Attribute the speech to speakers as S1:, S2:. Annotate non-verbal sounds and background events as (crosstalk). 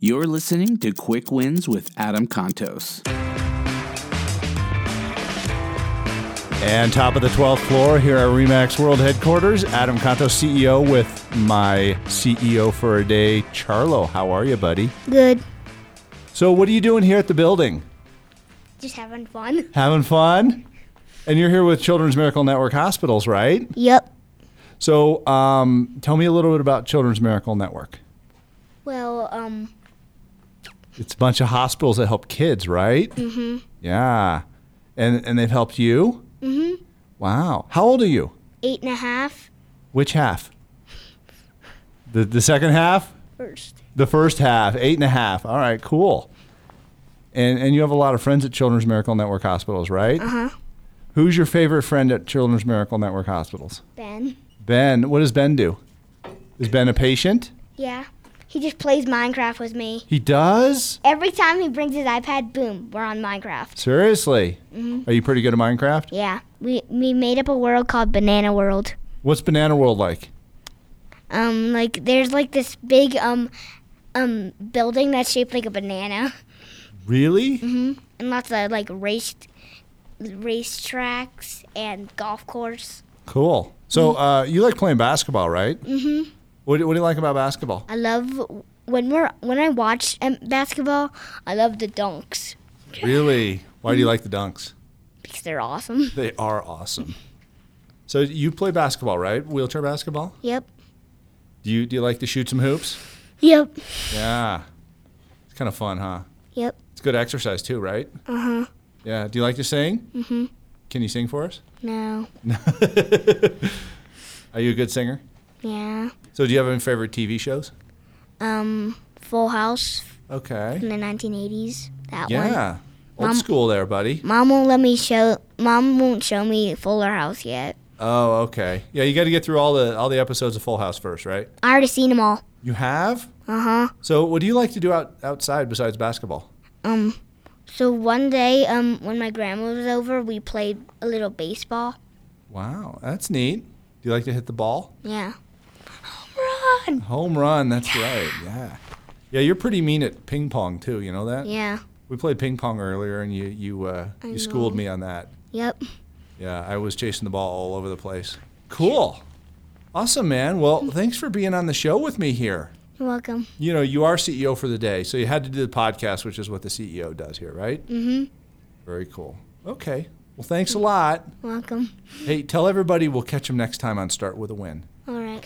S1: You're listening to Quick Wins with Adam Contos.
S2: And top of the 12th floor here at Remax World Headquarters, Adam Contos, CEO, with my CEO for a day, Charlo. How are you, buddy?
S3: Good.
S2: So, what are you doing here at the building?
S3: Just having fun.
S2: Having fun? And you're here with Children's Miracle Network Hospitals, right?
S3: Yep.
S2: So, um, tell me a little bit about Children's Miracle Network.
S3: Well, um,
S2: It's a bunch of hospitals that help kids, right? Mm-hmm. Yeah. And, and they've helped you? Mm-hmm. Wow. How old are you?
S3: eight and a half
S2: Which half? The, the second half?
S3: first.
S2: The first half, eight and a half. All right, cool. And and you have a lot of friends at Children's Miracle Network Hospitals, right? Uh huh. Who's your favorite friend at Children's Miracle Network Hospitals?
S3: Ben.
S2: Ben. What does Ben do? Is Ben a patient?
S3: Yeah. He just plays Minecraft with me.
S2: He does.
S3: Every time he brings his iPad, boom, we're on Minecraft.
S2: Seriously. Are you pretty good at Minecraft?
S3: Yeah. We we made up a world called Banana World.
S2: What's Banana World like?
S3: Um, like there's like this big um um building that's shaped like a banana,
S2: Really?
S3: and lots of like race race tracks and golf course.
S2: Cool. So uh, you like playing basketball, right? Mm-hmm. What, do- what do you like about basketball?
S3: I love when we're when I watch um, basketball. I love the dunks
S2: Really? Why do you like the dunks?
S3: because they're awesome.
S2: They are awesome. So you play basketball, right? Wheelchair basketball?
S3: (laughs) Yep.
S2: Do you do you like to shoot some hoops?
S3: Yep.
S2: Yeah. It's kind of fun, huh?
S3: Yep.
S2: It's good exercise too, right? Uh-huh. Yeah. Do you like to sing? Mm-hmm. Can you sing for us?
S3: No.
S2: Are you a good singer?
S3: Yeah.
S2: So do you have any favorite TV shows?
S3: Um, Full House
S2: Okay.
S3: in the 1980s. That one.
S2: Yeah. Old
S3: Mom-
S2: school there, buddy.
S3: Mom won't let me show. Mom won't show me Fuller House yet.
S2: Oh, okay. Yeah, you got to get through all the all the episodes of Full House first, right?
S3: I already seen them all.
S2: You have?
S3: Uh huh.
S2: So, what do you like to do out, outside besides basketball?
S3: Um. So one day, um, when my grandma was over, we played a little baseball.
S2: Wow, that's neat. Do you like to hit the ball?
S3: Yeah. Home run.
S2: Home run, that's right. Yeah. Yeah, you're pretty mean at ping pong too, you know that?
S3: Yeah.
S2: We played ping pong earlier, and you you uh, you schooled me on that.
S3: Yep.
S2: Yeah, I was chasing the ball all over the place. Cool, awesome, man. (laughs) Well, thanks for being on the show with me here.
S3: You're welcome.
S2: You know, you are CEO for the day, so you had to do the podcast, which is what the CEO does here, right? Mm-hmm. Very cool. Okay. Well, thanks a lot.
S3: Welcome.
S2: Hey, tell everybody we'll catch them next time on Start with a Win.
S3: All right.